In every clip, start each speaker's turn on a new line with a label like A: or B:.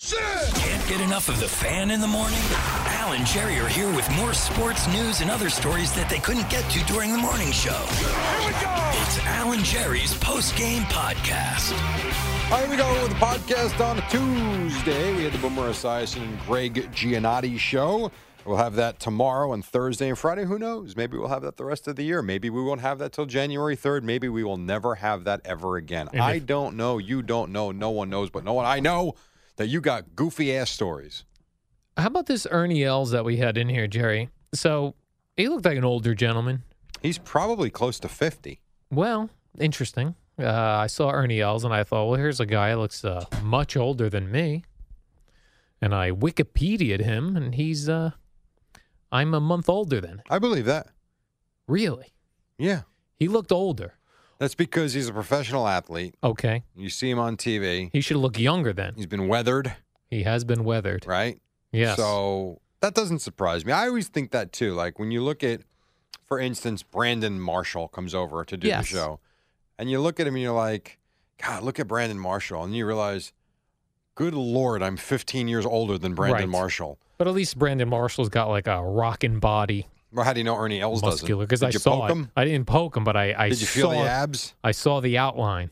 A: Can't get enough of the fan in the morning? Al and Jerry are here with more sports news and other stories that they couldn't get to during the morning show. Here we go! It's Al and Jerry's post game podcast.
B: All right, we go with the podcast on a Tuesday. We had the Boomer Esiason and Greg Giannotti show. We'll have that tomorrow and Thursday and Friday. Who knows? Maybe we'll have that the rest of the year. Maybe we won't have that till January 3rd. Maybe we will never have that ever again. I don't know. You don't know. No one knows, but no one I know that you got goofy ass stories.
C: How about this Ernie Els that we had in here, Jerry? So he looked like an older gentleman.
B: He's probably close to 50.
C: Well, interesting. Uh, I saw Ernie Els and I thought, well, here's a guy that looks uh, much older than me. And I Wikipedia'd him, and he's, uh, I'm a month older than him.
B: I believe that.
C: Really?
B: Yeah.
C: He looked older.
B: That's because he's a professional athlete.
C: Okay.
B: You see him on TV.
C: He should look younger then.
B: He's been weathered,
C: He has been weathered.
B: right?
C: Yes.
B: So that doesn't surprise me. I always think that too. Like when you look at, for instance, Brandon Marshall comes over to do
C: Yes.
B: the show, and you look at him and you're like, God, look at Brandon Marshall, and you realize, good lord, I'm 15 years older than Brandon
C: Right.
B: Marshall.
C: but at least Brandon Marshall's got like a rocking body,
B: Well, how do you know Ernie Els doesn't?
C: muscular. Because
B: Did
C: I
B: you
C: saw
B: poke
C: it.
B: him?
C: I didn't poke him, but I, I
B: Did you feel
C: saw
B: the abs?
C: I saw the outline.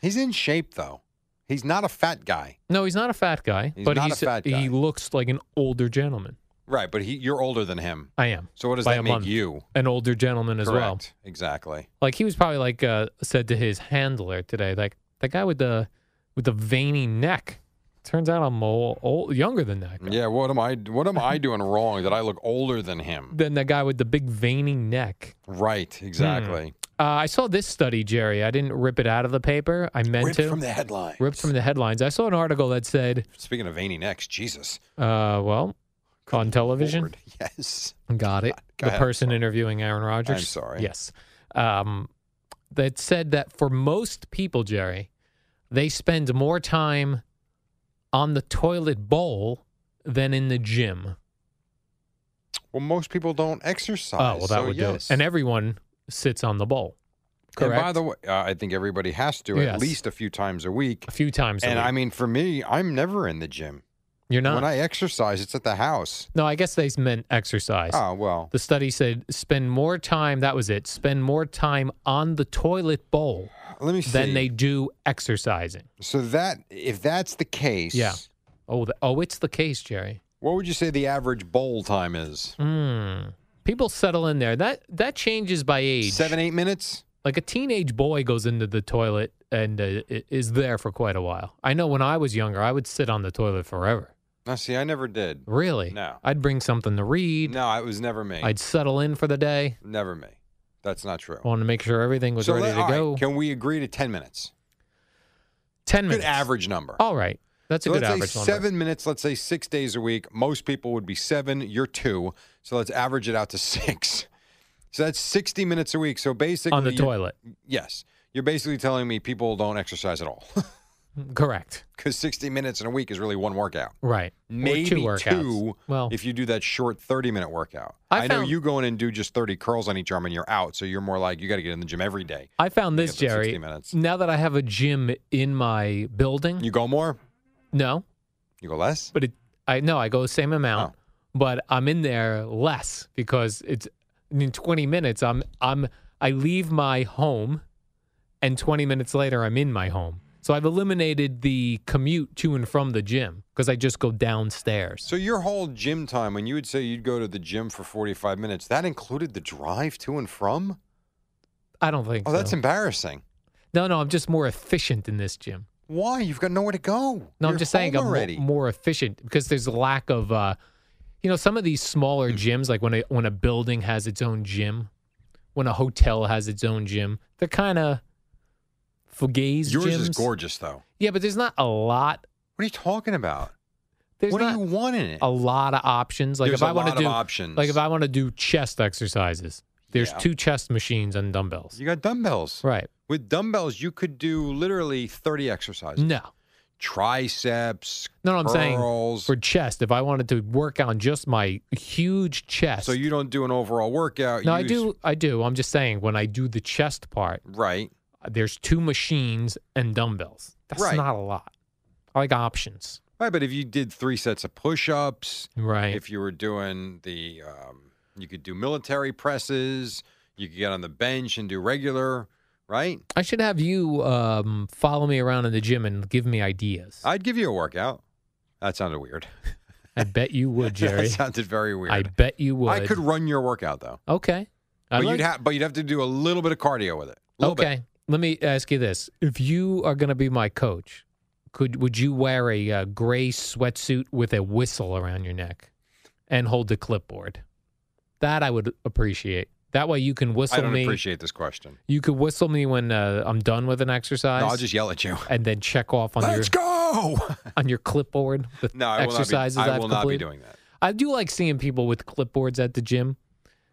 B: He's in shape though. He's not a fat guy,
C: No, he's not a fat guy,
B: He's
C: but
B: not a
C: he's
B: fat guy.
C: he looks like an older gentleman.
B: right? But he, you're older than him.
C: I am.
B: So what does
C: By
B: that
C: a
B: make
C: month.
B: you?
C: An older gentleman as well.
B: Correct. Exactly.
C: Like he was probably like uh, said to his handler today, like that guy with the with the veiny neck. Turns out I'm old, old younger than that. Guy.
B: Yeah. What am I? What am I doing wrong that I look older than him?
C: Than the guy with the big veiny neck. Hmm.
B: Right, exactly.
C: Uh, I saw this study, Jerry. I didn't rip it out of the paper. I meant
B: Ripped
C: to.
B: from the headline.
C: ripped from the headlines. I saw an article that said,
B: Speaking of veiny necks, Jesus.
C: uh, well, on television.
B: Lord, Yes.
C: Got it.
B: Uh, Go
C: the
B: ahead.
C: person interviewing Aaron Rodgers.
B: sorry.
C: Yes. Um, that said that for most people, Jerry, they spend more time on the toilet bowl than in the gym.
B: Well, most people don't exercise.
C: oh, well, that
B: so
C: would
B: yes.
C: do it. And everyone sits on the bowl.
B: And
C: Correct.
B: by the way, uh, I think everybody has to at
C: Yes.
B: least a few times a week.
C: a few times.
B: and
C: a week.
B: I mean, for me, I'm never in the gym.
C: you're not.
B: When I exercise, it's at the house.
C: no, I guess they meant exercise.
B: Oh, well.
C: The study said spend more time. That was it. Spend more time on the toilet bowl
B: Let me see.
C: than they do exercising.
B: so that if that's the case,
C: Yeah. Oh, the, oh, it's the case, Jerry.
B: what would you say the average bowl time is?
C: Mm. People settle in there. That that changes by age.
B: Seven, eight minutes?
C: Like a teenage boy goes into the toilet and uh, i- is there for quite a while. I know when I was younger, I would sit on the toilet forever.
B: Now, see, I never did.
C: Really?
B: No.
C: I'd bring something to read.
B: No, it was never me.
C: I'd settle in for the day.
B: Never me. That's not true.
C: I wanted to make sure everything was
B: So
C: ready
B: let-
C: to
B: all right,
C: go.
B: can we agree to 10 minutes?
C: Ten
B: Good
C: minutes.
B: average number.
C: All right. That's
B: so
C: a good
B: let's
C: average
B: say
C: number.
B: seven minutes, let's say six days a week. Most people would be seven, you're two. So let's average it out to six. So that's 60 minutes a week. So basically,
C: on the
B: you're-
C: toilet.
B: Yes. You're basically telling me people don't exercise at all
C: Correct.
B: because 60 minutes in a week is really one workout.
C: Right.
B: Maybe
C: or two workouts. Well,
B: if you do that short 30 minute workout.
C: I
B: know
C: found-
B: you go in and do just 30 curls on each arm and you're out. So you're more like, you got to get in the gym every day.
C: I found this,
B: get the 60
C: Jerry.
B: minutes.
C: Now that I have a gym in my building,
B: You go more,
C: no,
B: you go less.
C: but it I no, I go the same amount,
B: Oh.
C: but I'm in there less because it's in 20 minutes. I'm I'm I leave my home and 20 minutes later I'm in my home. So I've eliminated the commute to and from the gym because I just go downstairs.
B: So your whole gym time, when you would say you'd go to the gym for 45 minutes, that included the drive to and from?
C: I don't think
B: Oh,
C: so.
B: that's embarrassing.
C: No, no, I'm just more efficient in this gym.
B: Why? You've got nowhere to go.
C: No, I'm
B: You're
C: just saying
B: home
C: I'm mo-
B: already.
C: more efficient because there's a lack of, uh, you know, some of these
B: Hmm.
C: smaller gyms, like when a, when a building has its own gym, when a hotel has its own gym, they're kind of fugaze
B: Yours is
C: gyms.
B: gorgeous, though.
C: Yeah, but there's not a lot.
B: What are you talking about?
C: There's
B: what
C: not
B: do you want in it?
C: a lot of options. Like
B: There's
C: if
B: a
C: I want
B: lot
C: to
B: of
C: do
B: options.
C: like if I want to do chest exercises, there's
B: Yeah.
C: two chest machines and dumbbells.
B: You got dumbbells.
C: Right?
B: With dumbbells, you could do literally 30 exercises.
C: No,
B: Triceps.
C: no, no I'm saying
B: curls.
C: for chest, if I wanted to work on just my huge chest,
B: So you don't do an overall workout.
C: no,
B: you
C: I do, I do. I'm just saying when I do the chest part,
B: Right.
C: there's two machines and dumbbells. That's
B: Right.
C: not a lot. I like options.
B: Right, but if you did three sets of push-ups,
C: Right.
B: if you were doing the, um, you could do military presses. You could get on the bench and do regular. Right.
C: I should have you um, follow me around in the gym and give me ideas. I,
B: I'd give you a workout. That sounded weird.
C: bet you would, Jerry.
B: that sounded very weird.
C: I bet you would.
B: I could run your workout though.
C: Okay. I
B: but
C: like-
B: you'd have, but you'd have to do a little bit of cardio with it. A little bit.
C: okay. Let me ask you this: If you are going to be my coach, could would you wear a uh, gray sweatsuit with a whistle around your neck and hold the clipboard? That I would appreciate. That way you can whistle
B: I don't
C: me.
B: appreciate this question.
C: you could whistle me when uh, I'm done with an exercise,
B: No, I'll just yell at you.
C: and then check off on your
B: Let's go.
C: on your clipboard the
B: no, I will
C: exercises
B: not be, I
C: have
B: will not be
C: completed.
B: doing that.
C: I do like seeing people with clipboards at the gym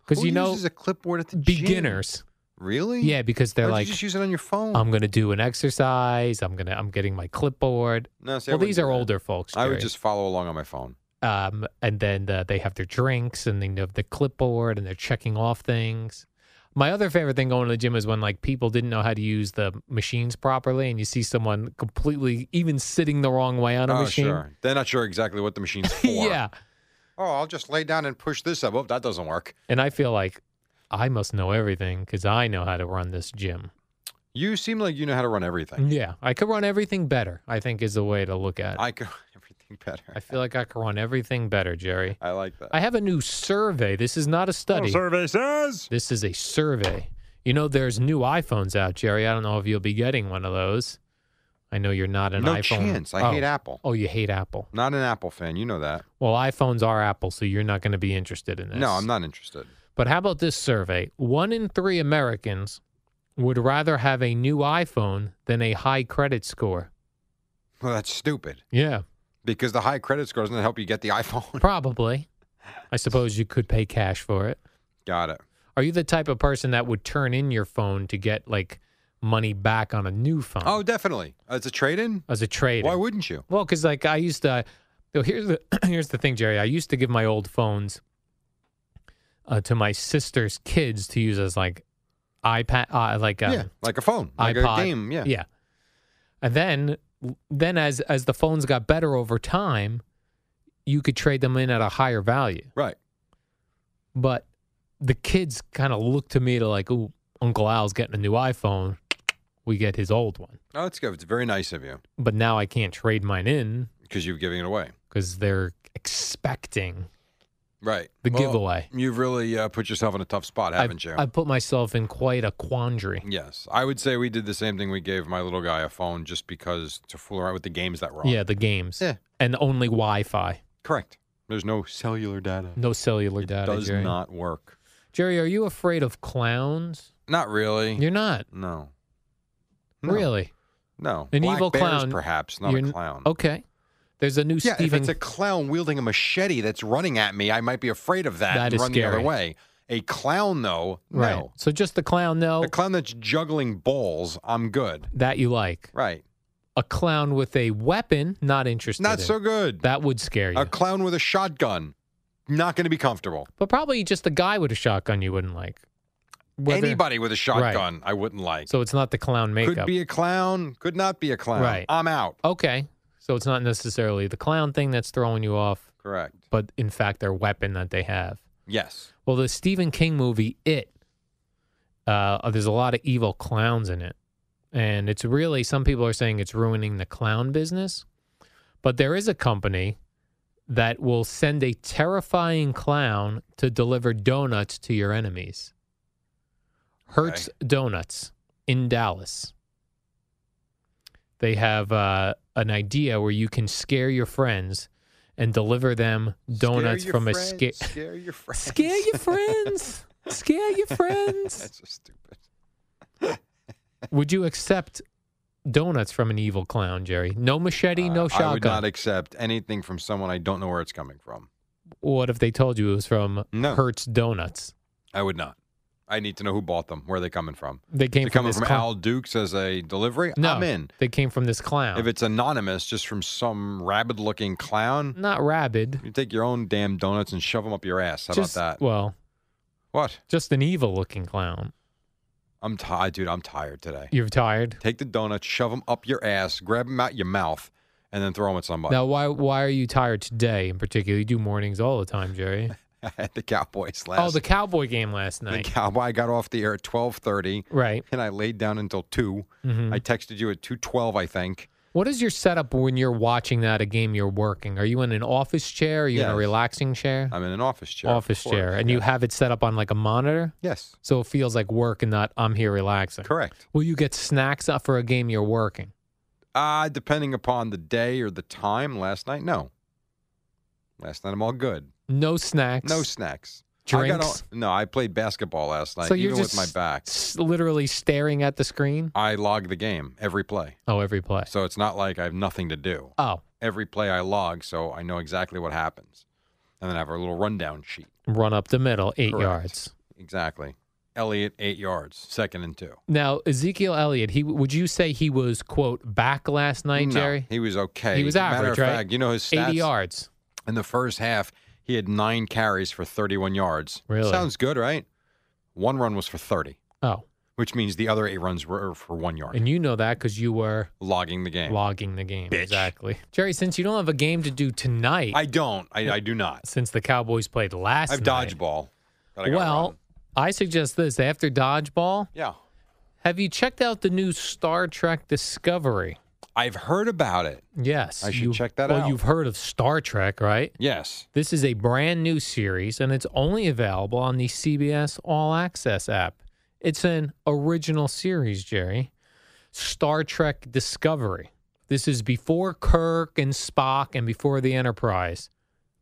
C: because
B: Who
C: you know
B: uses a clipboard at the gym?
C: beginners.
B: Really?
C: Yeah, because they're
B: Why don't
C: like um,
B: you just use it on your phone.
C: I'm gonna do an exercise. I'm gonna I'm getting my clipboard.
B: no, see, I
C: well,
B: wouldn't
C: these
B: do
C: are
B: that.
C: older folks.
B: I would
C: Jerry.
B: just follow along on my phone.
C: um, and then uh, they have their drinks and they have the clipboard and they're checking off things. My other favorite thing going to the gym is when like people didn't know how to use the machines properly, and you see someone completely even sitting the wrong way on a
B: oh,
C: machine.
B: sure. They're not sure exactly what the machine's for.
C: yeah,
B: Oh, I'll just lay down and push this up. Oh, that doesn't work.
C: and I feel like I must know everything because I know how to run this gym.
B: You seem like you know how to run everything.
C: Yeah, I could run everything better. I think is the way to look at it.
B: I can everything better.
C: I feel like I could run everything better, Jerry.
B: I like that.
C: I have a new survey. This is
B: Oh,
C: not a study.
B: survey says.
C: This is a survey. You know, there's new iPhones out, Jerry. I don't know if you'll be getting one of those. I know you're not an
B: no
C: iPhone.
B: chance. I
C: oh.
B: hate Apple.
C: Oh, you hate Apple.
B: Not an Apple fan. You know that.
C: Well, iPhones are Apple, so you're not going to be interested in this.
B: No, I'm not interested.
C: But how about this survey? One in three Americans would rather have a new iPhone than a high credit score.
B: Well, that's stupid
C: Yeah,
B: because the high credit score doesn't help you get the iPhone.
C: probably. I suppose you could pay cash for it.
B: Got it.
C: Are you the type of person that would turn in your phone to get like money back on a new phone?
B: Oh, definitely. Uh, It's a trade in.
C: as a trade.
B: Why wouldn't you?
C: Well, because like I used to. So here's the here's the thing, Jerry. I used to give my old phones uh, to my sister's kids to use as like iPad, uh, like um,
B: yeah, like a phone, like
C: iPod.
B: a game. Yeah.
C: yeah. And then then as as the phones got better over time, you could trade them in at a higher value.
B: Right.
C: But the kids kind of look to me to like, "Ooh, Uncle Al's getting a new iPhone. We get his old one."
B: Oh, it's good. It's very nice of you
C: But now I can't trade mine in
B: because you've given it away.
C: because they're expecting
B: Right.
C: The giveaway.
B: You've really uh, put yourself in a tough spot, haven't
C: I,
B: you?
C: I put myself in quite a quandary.
B: yes. I would say we did the same thing. We gave my little guy a phone just because to fool around with the games that were on.
C: Yeah, the games.
B: Yeah.
C: And only Wi Fi.
B: Correct. There's no cellular data.
C: No cellular
B: it
C: data.
B: does
C: Jerry.
B: not work.
C: Jerry, are you afraid of clowns?
B: Not really.
C: You're not.
B: no. No.
C: Really?
B: No.
C: An
B: Black
C: evil
B: bears,
C: clown.
B: perhaps not
C: You're
B: a
C: n- Oh,
B: clown.
C: Okay. There's a new
B: Yeah, if
C: Stephen.
B: it's a clown wielding a machete that's running at me, I might be afraid of that,
C: That
B: and
C: is
B: run the other
C: scary.
B: way. A clown, though,
C: right. Oh.
B: no.
C: So just the clown, no.
B: A clown that's juggling balls, I'm good.
C: that you like.
B: Right.
C: A clown with a weapon, not interested.
B: Not
C: in.
B: so good.
C: That would scare you.
B: A clown with a shotgun, not going to be comfortable.
C: but probably just a guy with a shotgun you wouldn't like. Whether-
B: Anybody with a shotgun, I wouldn't like.
C: So it's not the clown
B: could
C: makeup.
B: be a clown, could not be a clown.
C: Right.
B: I'm out.
C: Okay. So it's not necessarily the clown thing that's throwing you off,
B: Correct.
C: but in fact, their weapon that they have.
B: Yes.
C: Well, the uh, Stephen King movie, It, uh, there's a lot of evil clowns in it. And it's really, some people are saying it's ruining the clown business. But there is a company that will send a terrifying clown to deliver donuts to your enemies. Hertz Donuts in Dallas. They have uh, an idea where you can scare your friends and deliver them donuts
B: Scare your
C: from
B: friends,
C: a scare.
B: Scare your friends.
C: Scare your friends. Scare your friends.
B: That's so stupid.
C: Would you accept donuts from an evil clown, Jerry? No machete,
B: Uh,
C: no
B: I would
C: shotgun.
B: not accept anything from someone I don't know where it's coming from.
C: what if they told you it was from
B: No.
C: Hertz Donuts?
B: I would not. I need to know who bought them, where they're coming from.
C: They came
B: They're
C: from
B: coming
C: this
B: from
C: clown.
B: Al Dukes as a delivery.
C: no,
B: I'm in.
C: they came from this clown.
B: If it's anonymous, just from some rabid-looking clown,
C: not rabid,
B: you take your own damn donuts and shove them up your ass. How
C: just,
B: about that?
C: Well,
B: what?
C: just an evil-looking clown.
B: I'm tired, dude. I'm tired today.
C: You're tired.
B: Take the donuts, shove them up your ass, grab them out your mouth, and then throw them at somebody.
C: Now, why why are you tired today in particular? You do mornings all the time, Jerry.
B: at the Cowboys last.
C: oh, the Cowboy game last
B: the
C: night.
B: Cowboy got off the air at 12:30,
C: right.
B: and I laid down until 2
C: Mhm.
B: I texted you at 2:12, I think.
C: What is your setup when you're watching that a game you're working? Are you in an office chair? Are you in a
B: Yes.
C: relaxing chair?
B: I'm in an office chair. of
C: office
B: course.
C: chair, and you
B: Yes.
C: have it set up on like a monitor,
B: yes,
C: so it feels like work and not I'm here relaxing.
B: correct.
C: Will you get snacks up for a game you're working?
B: Uh, depending upon the day or the time. Last night, no. Last night, I'm all good.
C: No snacks.
B: No snacks. I got
C: drinks.
B: all- no, I played basketball last night,
C: so you're
B: even
C: just
B: with my back.
C: s- literally staring at the screen.
B: I log the game every play.
C: Oh, every play.
B: So it's not like I have nothing to do.
C: Oh,
B: Every play I log, so I know exactly what happens. And then I have a little rundown sheet.
C: run up the middle, eight
B: Correct.
C: yards.
B: Exactly. Elliott, eight yards, second and two.
C: Now Ezekiel Elliott, he would you say he was quote back last night,
B: No,
C: Jerry?
B: He was okay.
C: He was
B: Matter
C: average,
B: of
C: right?
B: fact, you know his stats?
C: Eighty yards.
B: In the first half, he had nine carries for 31 yards.
C: Really?
B: Sounds good, right? One run was for 30,
C: Oh,
B: which means the other eight runs were for one yard.
C: and you know that because you were
B: logging the game.
C: logging the game
B: Bitch.
C: exactly, Jerry. Since you don't have a game to do tonight,
B: I don't. I, I do not.
C: since the Cowboys played last
B: I have
C: night.
B: dodgeball. that I gotta
C: Well,
B: run.
C: I suggest this after dodgeball.
B: yeah.
C: Have you checked out the new Star Trek Discovery?
B: I've heard about it.
C: Yes,
B: I should
C: you-
B: check that
C: Well,
B: out.
C: you've heard of Star Trek, right?
B: Yes.
C: This is a brand new series, and it's only available on the CBS All Access app. It's an original series, Jerry. Star Trek Discovery. This is before Kirk and Spock and before the Enterprise.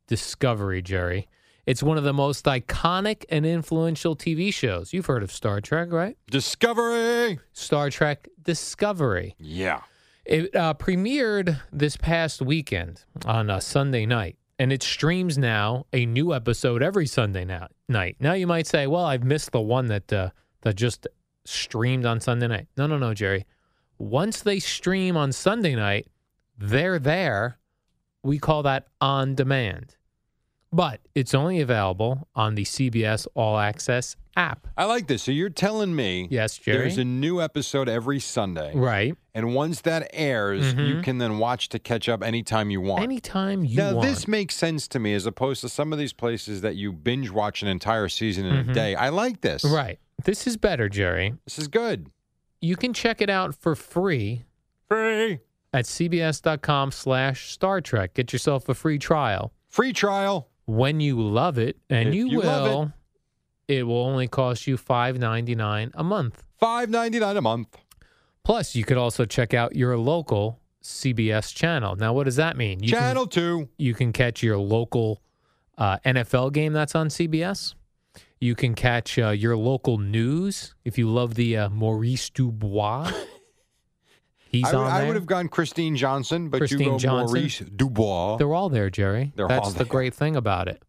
C: Discovery, Jerry. It's one of the most iconic and influential TV shows. You've heard of Star Trek, right?
B: Discovery.
C: Star Trek Discovery.
B: Yeah.
C: It uh, premiered this past weekend on a Sunday night, and it streams now a new episode every Sunday now, night. Now you might say, "Well, I've missed the one that uh, that just streamed on Sunday night." No, no, no, Jerry. Once they stream on Sunday night, they're there. We call that on demand, but it's only available on the CBS All Access app.
B: I like this. So you're telling me
C: Yes, Jerry.
B: there's a new episode every Sunday.
C: right.
B: And once that airs, you
C: Mhm.
B: can then watch to catch up anytime you want.
C: Anytime you
B: now,
C: want.
B: this makes sense to me as opposed to some of these places that you binge watch an entire season in a day. I like this.
C: Mm-hmm. right. This is better, Jerry.
B: This is good.
C: you can check it out for free
B: Free.
C: at cbs.com slash star trek get yourself a free trial
B: Free trial.
C: when you love it and
B: If
C: you,
B: you love
C: will it. will only cost you $5.99 a month
B: Five ninety nine a month.
C: plus you could also check out your local cbs channel now what does that mean you
B: Channel two.
C: can, you can catch your local uh, nfl game that's on cbs you can catch uh, your local news if you love the uh, maurice dubois he's
B: I
C: on
B: would- I
C: there.
B: would have gone Christine Johnson, but
C: Christine
B: you go
C: Johnson.
B: Maurice Dubois.
C: They're all there, Jerry.
B: They're
C: That's
B: all
C: the
B: there.
C: great thing about it.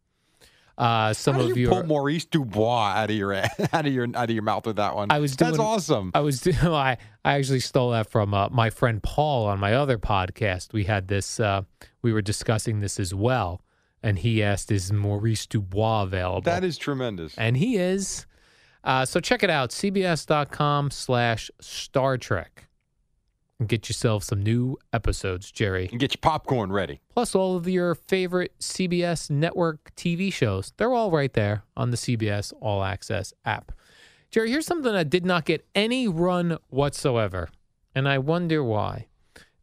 C: Uh, some
B: How do
C: of
B: you
C: your
B: pull Maurice Dubois out of your out of your out of your mouth with that one?
C: I was
B: That's
C: doing-
B: awesome.
C: I was I I actually stole that from uh, my friend Paul on my other podcast. We had this. Uh, we were discussing this as well, and he asked, "Is Maurice Dubois available?"
B: that is tremendous.
C: and he is. Uh, so check it out: cbs.com/slash Star Trek. And get yourself some new episodes, Jerry.
B: And get your popcorn ready.
C: plus all of your favorite CBS network TV shows. They're all right there on the CBS All Access app. Jerry, here's something that did not get any run whatsoever and I wonder why.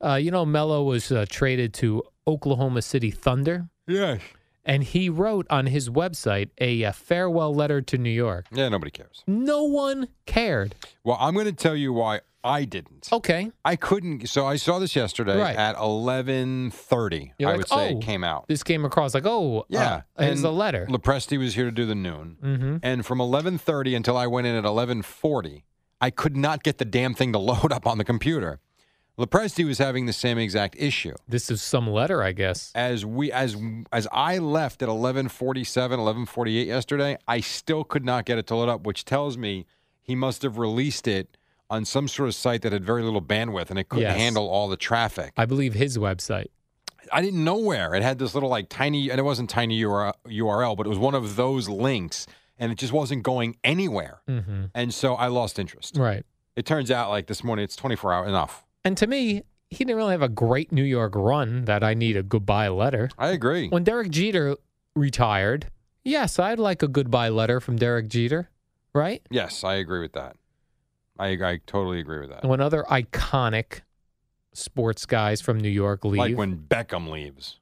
C: Uh, you know, Mello was uh, traded to Oklahoma City Thunder,
B: Yeah.
C: and he wrote on his website a, uh farewell letter to New York.
B: Yeah, nobody cares.
C: No one cared.
B: Well, I'm going to tell you why I didn't.
C: Okay,
B: I couldn't. So I saw this yesterday
C: Oh. Right.
B: at 11:30.
C: You're
B: I
C: like,
B: would say
C: "Oh,
B: it came out.
C: this came across like, oh,
B: Yeah,
C: uh, here's the letter.
B: Lepresti was here to do the noon,
C: Mhm.
B: and from 11:30 until I went in at 11:40, I could not get the damn thing to load up on the computer. Lepresti was having the same exact issue.
C: This is some letter, I guess.
B: As we as as I left at 11:47, 11:48 yesterday, I still could not get it to load up, which tells me he must have released it on some sort of site that had very little bandwidth and it couldn't
C: Yes.
B: handle all the traffic.
C: I believe his website.
B: I didn't know where. It had this little like tiny, and it wasn't tiny URL, URL, but it was one of those links, and it just wasn't going anywhere.
C: Mm-hmm.
B: And so I lost interest.
C: Right.
B: It turns out like this morning, it's 24 hours enough.
C: And to me, he didn't really have a great New York run that I need a goodbye letter.
B: I agree.
C: When Derek Jeter retired, yes, I'd like a goodbye letter from Derek Jeter, right?
B: Yes, I agree with that. I, I totally agree with that.
C: And when other iconic sports guys from New York leave,
B: Like when Beckham leaves,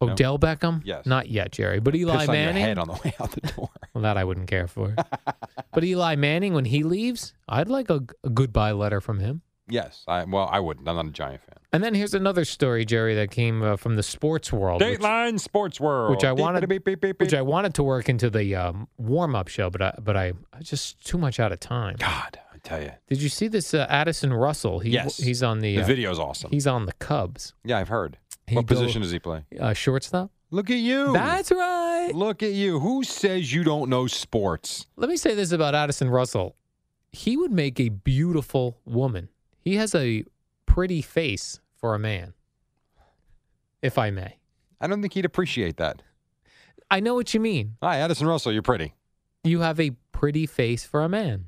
C: Odell Beckham,
B: Yes.
C: not yet, Jerry, but Eli
B: piss on your
C: Manning.
B: head on the way out the door.
C: Well, that I wouldn't care for. but Eli Manning, when he leaves, I'd like a, a goodbye letter from him.
B: yes, I well, I wouldn't. I'm not a Giant fan.
C: And then here's another story, Jerry, that came uh, from the sports world, which,
B: Dateline Sports World,
C: which I
B: Beep,
C: wanted-
B: beep, beep, beep,
C: which
B: beep.
C: I wanted to work into the um, warm-up show, but I, but I, I just too much out of time.
B: God, I tell you,
C: Did you see this uh, Addison Russell? He,
B: Yes.
C: he's on the,
B: the
C: uh,
B: video's awesome.
C: He's on the Cubs,
B: yeah, I've heard.
C: He
B: what
C: built-
B: position does he play?
C: uh, shortstop.
B: Look at you.
C: That's right.
B: Look at you. Who says you don't know sports?
C: Let me say this about Addison Russell: he would make a beautiful woman. He has a pretty face for a man, if I may.
B: I don't think he'd appreciate that.
C: I know what you mean.
B: Hi, Addison Russell, you're pretty.
C: You have a pretty face for a man.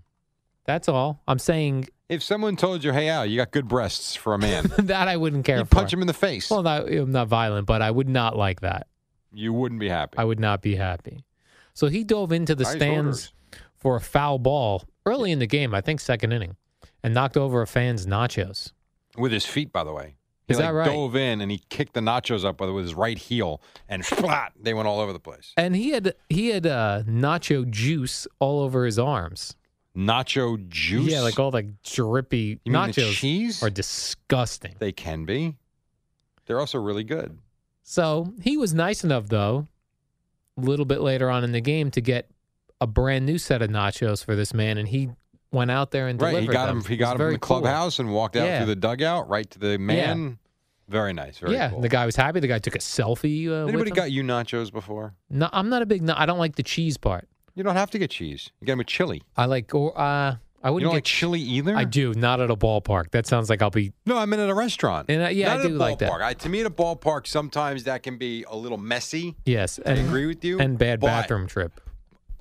C: That's all. I'm saying
B: If someone told you, hey, Al, you got good breasts for a man,
C: that I wouldn't care
B: you'd
C: for.
B: punch him in the face.
C: Well, not, I'm not violent, but I would not like that.
B: you wouldn't be happy.
C: I would not be happy. So he dove into the
B: Nice
C: stands
B: orders.
C: for a foul ball early in the game, I think second inning, and knocked over a fan's nachos.
B: With his feet, by the way. He
C: Is
B: like,
C: that right?
B: dove in and he kicked the nachos up with with his right heel and splat, they went all over the place.
C: And he had he had uh, nacho juice all over his arms.
B: Nacho juice?
C: Yeah, like all the drippy
B: You mean the
C: nachos
B: cheese?
C: are disgusting.
B: they can be. They're also really good.
C: So he was nice enough, though, a little bit later on in the game to get a brand new set of nachos for this man, and he went out there and
B: Right.
C: delivered
B: He got
C: them.
B: him he
C: It was
B: got him from
C: very
B: the
C: cool.
B: clubhouse and walked out
C: Yeah.
B: through the dugout right to the man. Very nice. Very
C: yeah,
B: cool.
C: the guy was happy. The guy took a selfie. Uh, with
B: Anybody
C: him.
B: got you nachos before?
C: No, I'm not a big. No, I don't like the cheese part.
B: You don't have to get cheese. You get them with chili.
C: I like or uh, I
B: You
C: wouldn't
B: don't
C: get
B: like chili either?
C: I do not at a ballpark. That sounds like I'll be.
B: No, I mean at a restaurant.
C: And I- yeah,
B: Not
C: I
B: at a
C: do like that.
B: ballpark. I, to me, at a ballpark, sometimes that can be a little messy.
C: Yes,
B: I agree with you,
C: And bad
B: but-
C: bathroom trip.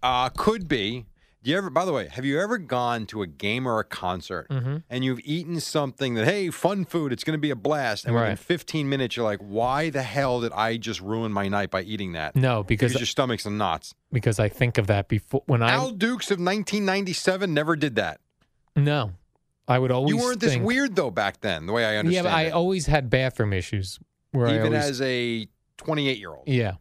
B: Uh, could be. Do you ever? By the way, have you ever gone to a game or a concert
C: Mm-hmm.
B: and you've eaten something that hey, fun food, it's going to be a blast, and within
C: Right.
B: 15 minutes you're like, why the hell did I just ruin my night by eating that?
C: No, because
B: Because your stomach's in knots.
C: because I think of that before when I
B: Al Dukes of 1997 never did that.
C: no, I would always
B: You weren't this
C: think-
B: weird though back then, the way I
C: Yeah,
B: understand.
C: but I
B: it.
C: always had bathroom issues where I
B: even
C: always
B: as a 28 year old.
C: yeah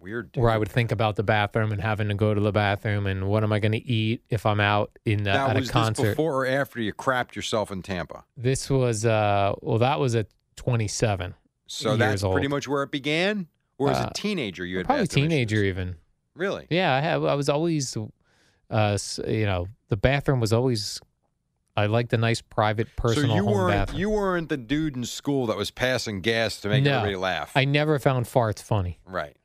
B: Weird. Dude.
C: where I would think about the bathroom and having to go to the bathroom and what am I going to eat if I'm out in uh,
B: Now,
C: at
B: was
C: a
B: this
C: concert.
B: before or after you crapped yourself in Tampa?
C: This was uh well that was at 27.
B: So
C: Years
B: that's pretty
C: old.
B: much where it began. Or as
C: Uh,
B: a teenager, you had
C: Probably
B: bathroom
C: teenager
B: issues?
C: even.
B: Really?
C: Yeah, I have. I was always, uh, s- you know, the bathroom was always. I liked a nice private personal
B: so you
C: home
B: weren't
C: bathroom.
B: you weren't the dude in school that was passing gas to make
C: No.
B: everybody laugh.
C: I never found farts funny.
B: right.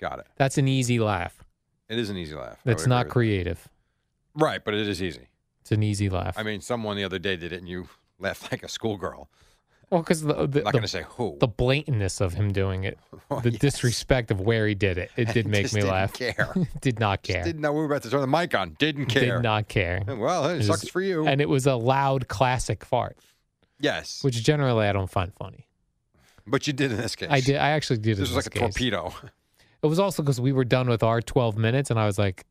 B: Got it.
C: That's an easy laugh.
B: It is an easy laugh. I
C: That's
B: would
C: not
B: agree
C: creative.
B: with that. Right, but it is easy.
C: It's an easy laugh.
B: I mean, someone the other day did it, and you laughed like a schoolgirl.
C: well, because the the,
B: I'm not
C: the,
B: going to say who.
C: the blatantness of him doing it,
B: Oh,
C: the
B: yes.
C: disrespect of where he did it, it did make
B: Just
C: me
B: didn't
C: laugh.
B: care.
C: did not
B: Just
C: care.
B: Didn't know we were about to turn the mic on. Didn't care.
C: Did not care.
B: Well, it
C: It was-
B: sucks for you.
C: And it was a loud classic fart,
B: yes,
C: which generally I don't find funny.
B: but you did in this case.
C: I did. I actually did.
B: This was
C: in
B: like a
C: case.
B: torpedo.
C: It was also because we were done with our 12 minutes, and I was like,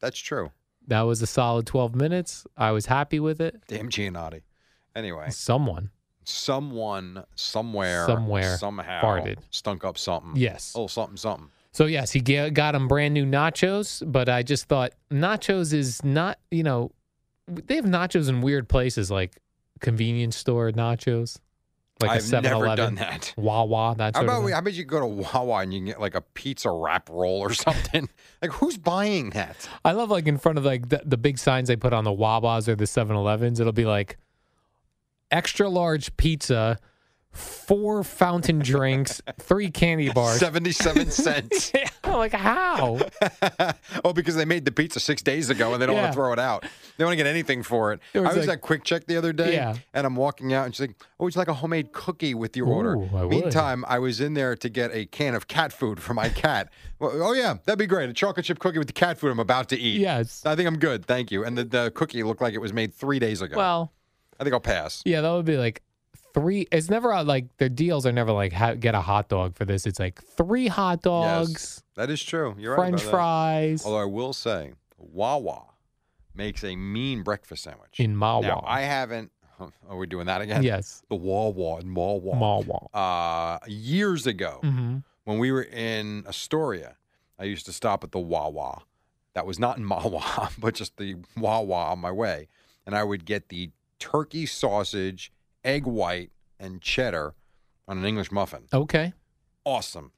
B: That's true.
C: That was a solid 12 minutes. I was happy with it.
B: Damn Giannotti. Anyway,
C: Someone.
B: someone, somewhere,
C: Somewhere
B: somehow
C: farted.
B: stunk up something.
C: Yes.
B: Oh, something, something.
C: So yes, he ga- got him brand new nachos, but I just thought nachos is not, you know, they have nachos in weird places like convenience store nachos, like a
B: I've
C: 7-Eleven,
B: never done that.
C: Wawa, that
B: How
C: sort
B: about
C: of
B: we,
C: thing.
B: how about you go to Wawa and you can get like a pizza wrap roll or something? like who's buying that?
C: I love like in front of like the, the big signs they put on the Wawas or the 7-Elevens, it'll be like extra large pizza, four fountain drinks, three candy bars.
B: Seventy-seven cents.
C: like how?
B: oh, because they made the pizza six days ago and they don't want
C: Yeah.
B: to throw it out. They don't want to get anything for it.
C: It was
B: I was
C: like-
B: at Quick Check the other day
C: Yeah.
B: and I'm walking out and she's like, Oh, would you like a homemade cookie with your order?
C: Ooh, I would.
B: Meantime, I was in there to get a can of cat food for my cat. well, oh, yeah, that'd be great. A chocolate chip cookie with the cat food I'm about to eat.
C: Yes.
B: I think I'm good. Thank you. And the, the cookie looked like it was made three days ago.
C: Well,
B: I think I'll pass.
C: Yeah, that would be like three. It's never uh, like their deals are never like ha- get a hot dog for this. It's like three hot dogs,
B: That is true. You're
C: French
B: right. about that.
C: fries
B: Although I will say, Wawa makes a mean breakfast sandwich.
C: in Mawa.
B: Now, I haven't. Oh, are we doing that again?
C: yes,
B: The Wawa and Wawa.
C: Mawa.
B: Uh, years ago,
C: Mm-hmm.
B: when we were in Astoria, I used to stop at the Wawa. That was not in Mawa, but just the Wawa on my way. And I would get the turkey sausage, egg white, and cheddar on an English muffin.
C: Okay,
B: Awesome.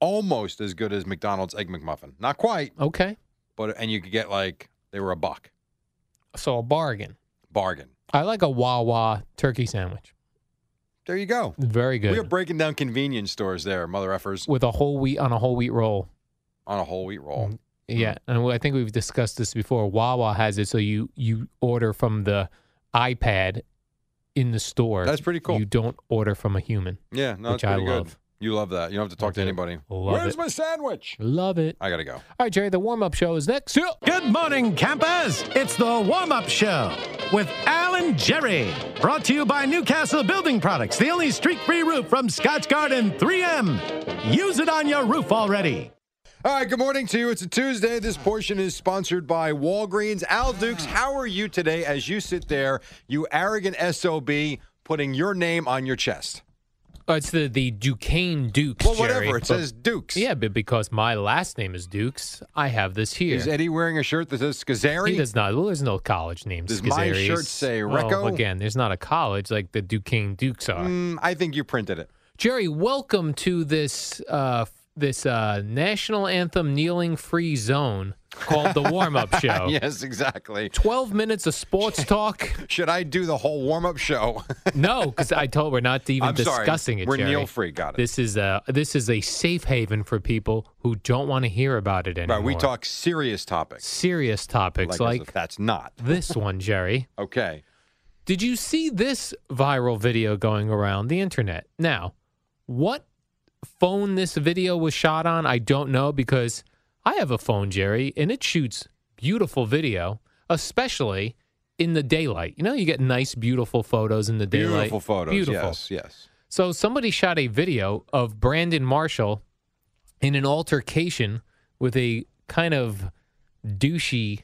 B: Almost as good as McDonald's Egg McMuffin. Not quite,
C: okay.
B: but and you could get like they were a buck.
C: So a bargain.
B: Bargain.
C: I like a Wawa turkey sandwich.
B: There you go.
C: Very
B: We are
C: good
B: breaking down convenience stores there, mother effers,
C: with a whole wheat on a whole wheat roll.
B: on a whole wheat roll.
C: Yeah, and I think we've discussed this before. Wawa has it, so you you order from the iPad in the store.
B: That's pretty cool.
C: You don't order from a human.
B: Yeah, no,
C: Which
B: that's
C: I
B: pretty good.
C: love.
B: You love that. You don't have to talk to
C: do.
B: anybody.
C: Love
B: Where's
C: it.
B: my sandwich?
C: Love it.
B: I gotta go.
C: All right, Jerry, the warm up show is next. Yeah.
D: Good morning, campers. It's the warm up show with Alan Jerry. Brought to you by Newcastle Building Products, the only streak free roof from Scotch Garden 3M. Use it on your roof already.
B: All right, good morning to you. It's a Tuesday. This portion is sponsored by Walgreens. Al Dukes, how are you today as you sit there, you arrogant SOB, putting your name on your chest?
C: Oh, it's the the Duquesne Dukes.
B: Well,
C: Jerry.
B: whatever. It
C: But-
B: says Dukes.
C: Yeah, but because my last name is Dukes, I have this here.
B: Is Eddie wearing a shirt that says
C: he
B: Scazzeri?
C: does not. Well, there's no college names.
B: Does my
C: Scazzeri's.
B: shirt say
C: Oh,
B: Recco?
C: again, there's not a college like the Duquesne Dukes are.
B: Mm, I think you printed it.
C: Jerry, welcome to this uh, f- this uh, national anthem kneeling free zone called the warm up show.
B: Yes, exactly.
C: Twelve minutes of sports talk.
B: Should I do the whole warm up show?
C: No, because I told we're not even
B: I'm sorry.
C: discussing it.
B: We're
C: Jerry.
B: kneel free. Got it.
C: This is a this is a safe haven for people who don't want to hear about it anymore.
B: right, we talk serious topics.
C: serious topics
B: as
C: like,
B: if that's not.
C: this one, Jerry.
B: Okay.
C: Did you see this viral video going around the internet? Now, what phone this video was shot on, I don't know because I have a phone, Jerry, and it shoots beautiful video, especially in the daylight. You know, you get nice, beautiful photos in the daylight.
B: Beautiful photos.
C: Beautiful.
B: Yes, yes.
C: So somebody shot a video of Brandon Marshall in an altercation with a kind of douchey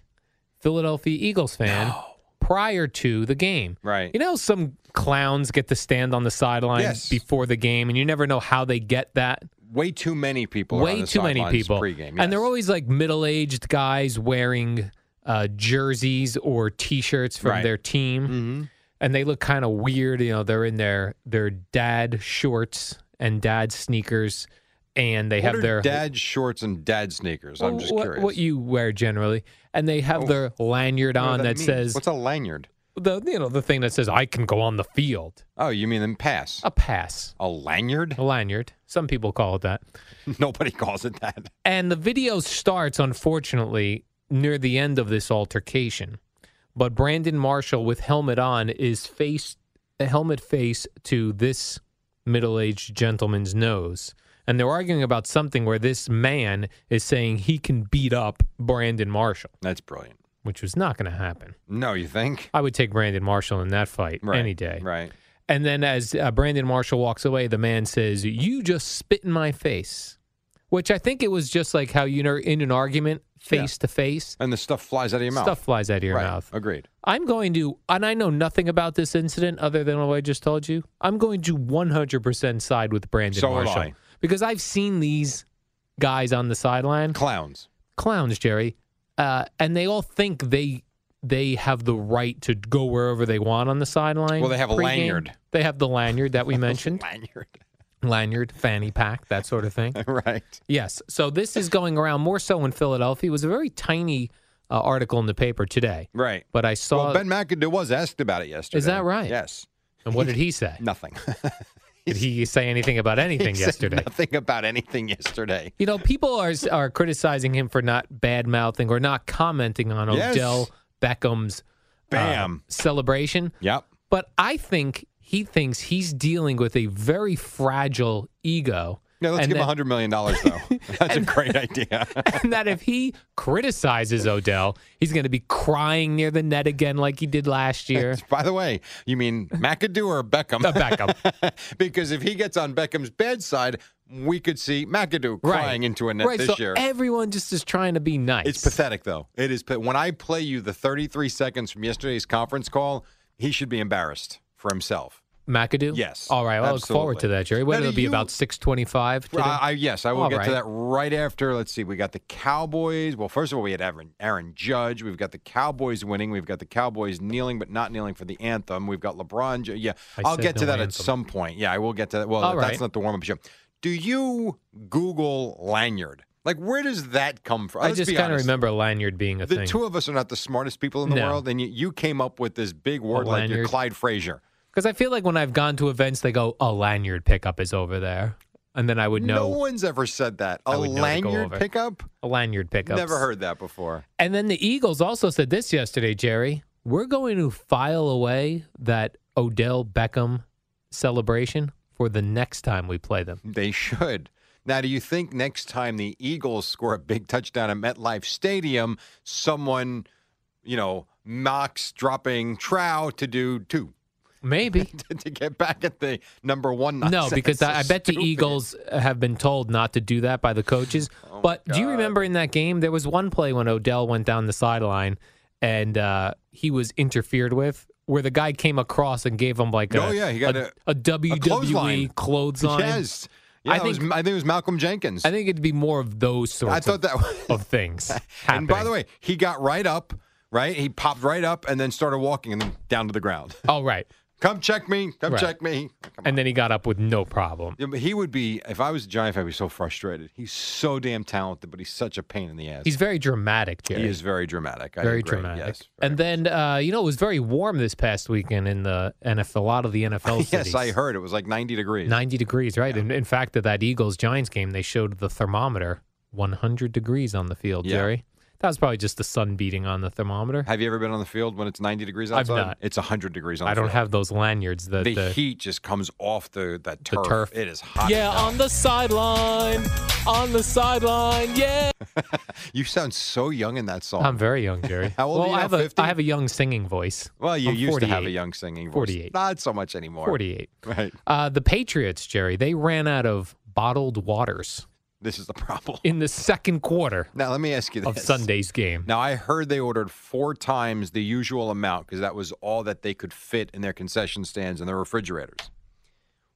C: Philadelphia Eagles fan prior to the game.
B: Right.
C: You know, some clowns get to stand on the sideline
B: Yes.
C: before the game, and you never know how they get that.
B: Way too many people. are on
C: Way
B: the
C: too many
B: sidelines
C: people.
B: Pregame, yes.
C: And they're always like middle aged guys wearing uh, jerseys or t shirts from
B: Right. Mm-hmm.
C: their team and they look kind of weird. You know, they're in their their dad shorts and dad sneakers, and they
B: What
C: have
B: are
C: their Oh,
B: dad shorts and dad sneakers. I'm just
C: what,
B: curious. Oh,
C: what you wear generally, and they have their lanyard
B: What does
C: on that,
B: mean?
C: says
B: What's a lanyard?
C: the you know the thing that says I can go on the field,
B: Oh, you mean them pass?
C: a pass,
B: A lanyard?
C: a lanyard. Some people call it that.
B: Nobody calls it that.
C: And the video starts, unfortunately, near the end of this altercation. But Brandon Marshall, with helmet on, is face helmet face to this middle-aged gentleman's nose, and they're arguing about something where this man is saying he can beat up Brandon Marshall,
B: That's brilliant.
C: which was not going to happen.
B: No, you think?
C: I would take Brandon Marshall in that fight
B: Right.
C: any day.
B: Right.
C: And then as uh, Brandon Marshall walks away, the man says, "You just spit in my face," Which I think it was just like how you know in an argument face to face
B: And the stuff flies out of your mouth.
C: stuff flies out of your
B: right.
C: mouth.
B: Agreed.
C: I'm going to, and I know nothing about this incident other than what I just told you. I'm going to 100% side with Brandon
B: So would
C: Marshall
B: I.
C: because I've seen these guys on the sideline,
B: Clowns.
C: clowns, Jerry, uh, and they all think they they have the right to go wherever they want on the sideline.
B: Well, they have a
C: pregame.
B: lanyard.
C: They have the lanyard that we mentioned,
B: Lanyard.
C: lanyard, fanny pack, that sort of thing.
B: right.
C: Yes. So this is going around more so in Philadelphia. It was a very tiny uh, article in the paper today,
B: Right.
C: but I saw.
B: well, Ben McAdoo was asked about it yesterday.
C: that right?
B: Yes.
C: and what did he say?
B: Nothing.
C: Did he say anything about anything
B: He said
C: yesterday?
B: Nothing about anything yesterday.
C: You know, people are are criticizing him for not bad mouthing or not commenting on
B: Yes.
C: Odell Beckham's uh,
B: Bam.
C: celebration.
B: Yep.
C: But I think he thinks he's dealing with a very fragile ego.
B: Yeah, let's
C: and
B: give him
C: that-
B: $100 million, though. That's a great idea.
C: and that if he criticizes Odell, he's going to be crying near the net again like he did last year.
B: By the way, you mean McAdoo or Beckham?
C: Uh, Beckham.
B: because if he gets on Beckham's bad side, we could see McAdoo
C: Right.
B: crying into a net
C: right,
B: this
C: so
B: year.
C: everyone just is trying to be nice.
B: It's pathetic, though. It is. pa- When I play you the 33 seconds from yesterday's conference call, he should be embarrassed for himself.
C: McAdoo?
B: Yes,
C: All right. Well, I look forward to
B: absolutely.
C: that, Jerry.
B: Now,
C: Whether
B: do
C: it'll be
B: you-
C: about 625 today.
B: Well, I, I, yes, I will
C: All
B: get to
C: right.
B: that right after. Let's see. We got the Cowboys. Well, first of all, we had Aaron, Aaron Judge. We've got the Cowboys winning. We've got the Cowboys kneeling, but not kneeling for the anthem. We've got LeBron. J- Yeah,
C: I
B: I'll
C: said
B: get to
C: no
B: that at
C: anthem.
B: some point. Yeah, I will get to that. Well,
C: All
B: that's
C: right.
B: not the warm up show. Do you Google lanyard? Like, where does that come from?
C: I
B: Let's
C: just
B: be
C: kind of
B: honest.
C: remember lanyard being a
B: The
C: thing
B: two of us are not the smartest people in the
C: No.
B: world, and you, you came up with this big word like you're
C: lanyard.
B: Clyde Frazier.
C: because I feel like when I've gone to events, they go, "A lanyard pickup is over there," and then I would know
B: one's ever said that. A
C: I would know to go
B: lanyard
C: over.
B: pickup?
C: a lanyard pickup.
B: Never heard that before.
C: And then the Eagles also said this yesterday, Jerry. We're going to file away that Odell Beckham celebration for the next time we play them.
B: They should. Now, do you think next time the Eagles score a big touchdown at MetLife Stadium, someone, you know, mocks dropping Trow to do two
C: Maybe.
B: to get back at the number one?
C: No,
B: nonsense?
C: because I, I
B: It's
C: bet the
B: stupid.
C: Eagles have been told not to do that by the coaches.
B: Oh,
C: but do you remember in that game there was one play when Odell went down the sideline and uh, he was interfered with, where the guy came across and gave him like a
B: Oh, yeah, he got a-
C: a WWE
B: clothesline.
C: clothesline.
B: Yes. Yeah,
C: I
B: I, think,
C: think-
B: was, I think it was Malcolm Jenkins.
C: I think it'd be more of those sorts.
B: I thought
C: of,
B: that was-
C: of things.
B: and by the
C: happening.
B: way, he got right up, right? He popped right up and then started walking and then down to the ground.
C: oh right,
B: Come check me. Come
C: Right.
B: check me. Come
C: and then he got up with no problem.
B: Yeah, but he would be if I was a Giant fan, I'd be so frustrated. He's so damn talented, but he's such a pain in the ass.
C: He's very dramatic, Jerry.
B: he is very dramatic. I
C: very
B: agree.
C: dramatic.
B: Yes,
C: and then uh, you know it was very warm this past weekend in the NFL. A lot of the NFL
B: yes,
C: cities.
B: I heard it was like ninety degrees.
C: 90 degrees, right? And in fact, at that Eagles Giants game, they showed the thermometer 100 degrees on the field,
B: Yeah.
C: Jerry. That was probably just the sun beating on the thermometer.
B: Have you ever been on the field when it's ninety degrees
C: I've
B: outside?
C: not.
B: It's hundred degrees. on
C: I
B: the
C: don't
B: field.
C: have those lanyards that
B: the,
C: the-
B: heat just comes off the that
C: the
B: turf.
C: turf.
B: It is hot.
C: Yeah, um,
B: as hell.
C: on the sideline. On the sideline. Yeah.
B: you sound so young in that song.
C: I'm very young, Jerry.
B: How old are
C: well,
B: you
C: I
B: now,
C: have a-
B: 50?
C: I have a young singing voice.
B: well, you
C: I'm
B: used to have a
C: 48.
B: young singing voice.
C: 48.
B: Not so much anymore.
C: 48.
B: Right.
C: Uh, the Patriots, Jerry, they ran out of bottled waters
B: This is the problem.
C: in the second quarter
B: Now let me ask you this.
C: of Sunday's game.
B: Now I heard they ordered four times the usual amount because that was all that they could fit in their concession stands and their refrigerators.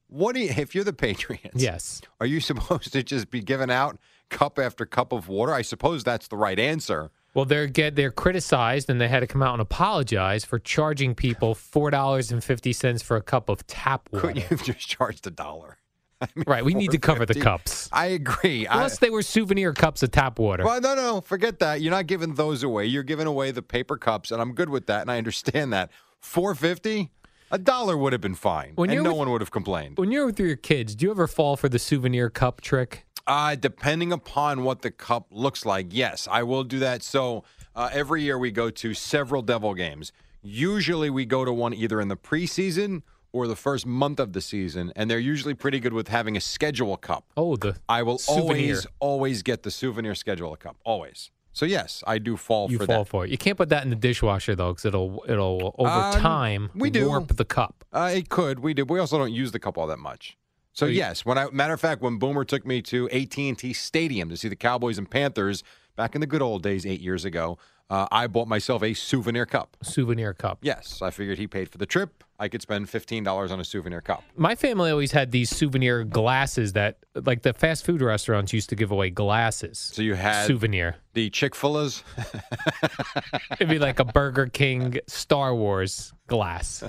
B: What do you, if you're the Patriots?
C: Yes.
B: Are you supposed to just be giving out cup after cup of water? I suppose that's the right answer.
C: Well, they're get they're criticized, and they had to come out and apologize for charging people four dollars and fifty cents for a cup of tap water.
B: Couldn't you have just charged a dollar? I mean,
C: Right, we need to cover the
B: $4.50.
C: cups.
B: I agree. I-
C: Unless they were souvenir cups of tap water.
B: well, no, no, forget that. You're not giving those away. You're giving away the paper cups, and I'm good with that, and I understand that. Four fifty, a dollar would have been fine,
C: When
B: and
C: you're
B: no
C: with-
B: one would have complained.
C: When you're with your kids, do you ever fall for the souvenir cup trick?
B: Uh, depending upon what the cup looks like, yes, I will do that. So uh, every year we go to several Devil games. Usually we go to one either in the preseason or the first month of the season, and they're usually pretty good with having a schedule cup.
C: Oh, the
B: I will
C: souvenir.
B: always, always get the souvenir schedule cup, always. So yes, I do fall
C: you
B: for
C: fall
B: that.
C: for it. You can't put that in the dishwasher though, because it'll it'll over
B: Um,
C: time
B: we do.
C: warp the cup.
B: Uh, it could. We do. We also don't use the cup all that much. So
C: you-
B: yes, when I matter of fact, when Boomer took me to AT&T Stadium to see the Cowboys and Panthers back in the good old days, eight years ago, uh, I bought myself a souvenir cup.
C: Souvenir cup.
B: Yes, I figured he paid for the trip. I could spend fifteen dollars on a souvenir cup.
C: My family always had these souvenir glasses that, like the fast food restaurants used to give away glasses.
B: So you had
C: souvenir.
B: the Chick Fil A's.
C: It'd be like a Burger King Star Wars glass.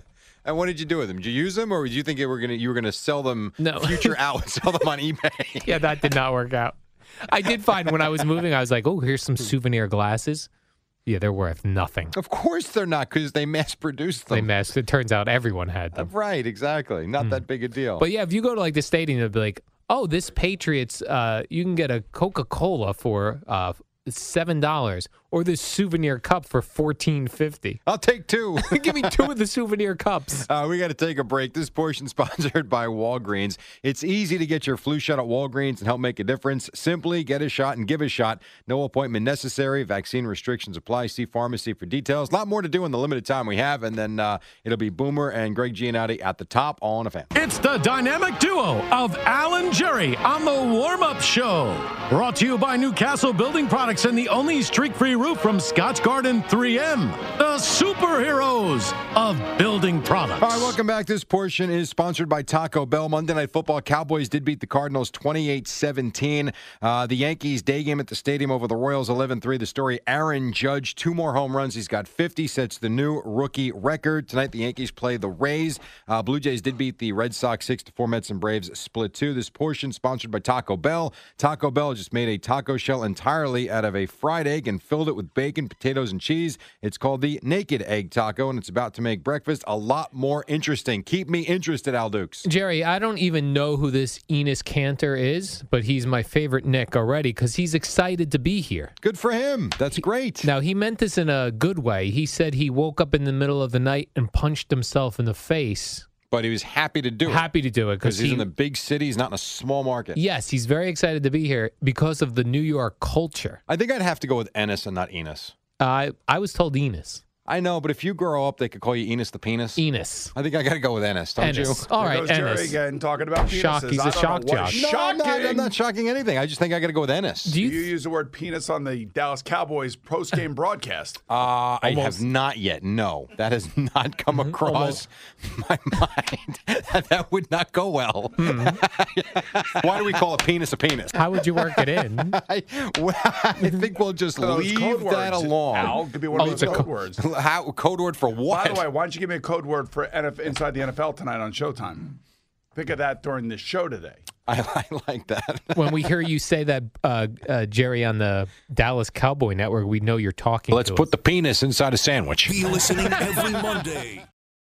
B: And what did you do with them? Did you use them, or did you think you were gonna you were gonna sell them
C: No.
B: future out, sell them on eBay?
C: Yeah, that did not work out. I did find when I was moving, I was like, oh, here's some souvenir glasses. Yeah, they're worth nothing.
B: of course they're not, because they mass produced
C: They
B: them.
C: messed. It turns out everyone had them. Hmm.
B: right, exactly. Not that big a deal.
C: But yeah, if you go to like the stadium, it'll be like, oh, this Patriots, uh, you can get a Coca Cola for uh, seven dollars, or this souvenir cup for fourteen fifty.
B: I'll take two.
C: Give me two of the souvenir cups.
B: Uh, we got to take a break. This portion sponsored by Walgreens. It's easy to get your flu shot at Walgreens and help make a difference. Simply get a shot and give a shot. No appointment necessary. Vaccine restrictions apply. See pharmacy for details. A lot more to do in the limited time we have, and then uh, it'll be Boomer and Greg Giannotti at the top on a fan.
D: It's the dynamic duo of Alan Jerry on the warm up show. Brought to you by Newcastle Building Products and the only streak free roof from Scotch Garden 3M, the superheroes of building products.
B: All right, welcome back. This portion is sponsored by Taco Bell. Monday Night Football Cowboys did beat the Cardinals 28 17. Uh, the Yankees day game at the stadium over the Royals 11 3. The story Aaron Judge, two more home runs. He's got 50, sets the new rookie record. Tonight, the Yankees play the Rays. Uh, Blue Jays did beat the Red Sox 6 4. Mets and Braves split 2. This portion sponsored by Taco Bell. Taco Bell just made a taco shell entirely out of a fried egg and filled it with bacon, potatoes, and cheese. It's called the Naked Egg Taco, and it's about to make breakfast a lot more interesting. Keep me interested, Al Dukes.
C: Jerry, I don't even know who this Enos Cantor is, but he's my favorite Nick already because he's excited to be here.
B: Good for him. That's great.
C: Now, he meant this in a good way. He said he woke up in the middle of the night and punched himself in the face.
B: But he was happy to do it.
C: Happy to do it
B: because
C: because
B: he's
C: he,
B: in the big city. He's not in a small market.
C: Yes, he's very excited to be here because of the New York culture.
B: I think I'd have to go with Ennis and not Enos.
C: I I was told Enos.
B: I know, but if you grow up, they could call you Enos the penis.
C: E Enos.
B: I think I got to go with Ennis, don't you?
C: Ennis. All right,
E: goes Jerry
C: Ennis.
E: again talking about penises.
C: Shock, he's
E: I
C: a
E: don't know
C: shock
E: what
C: jock.
E: is
B: No, I'm
E: Shocking.
B: not, I'm not shocking anything. I just think I got to go with Ennis.
C: Do
E: you,
C: you,
E: use the word penis on the Dallas Cowboys post-game broadcast.
B: Uh, I have not yet. No, that has not come across my mind. that would not go well. Mm-hmm. Why do we call a penis a penis? Mm-hmm.
C: how would you work it in?
B: I, well, I think we'll just
E: One of those
B: leave
E: code
B: that
E: words,
B: alone.
E: Al could be one
C: Oh,
E: of
C: it's
E: those
C: a
E: code
C: co-
E: words.
B: How code word for what?
E: By the way, why don't you give me a code word for NF, inside the NFL tonight on Showtime? Think of that during the show today.
B: I, I like that.
C: When we hear you say that, uh, uh, Jerry, on the Dallas Cowboy Network, we know you're talking. to us.
B: the penis inside a sandwich.
A: Be listening every Monday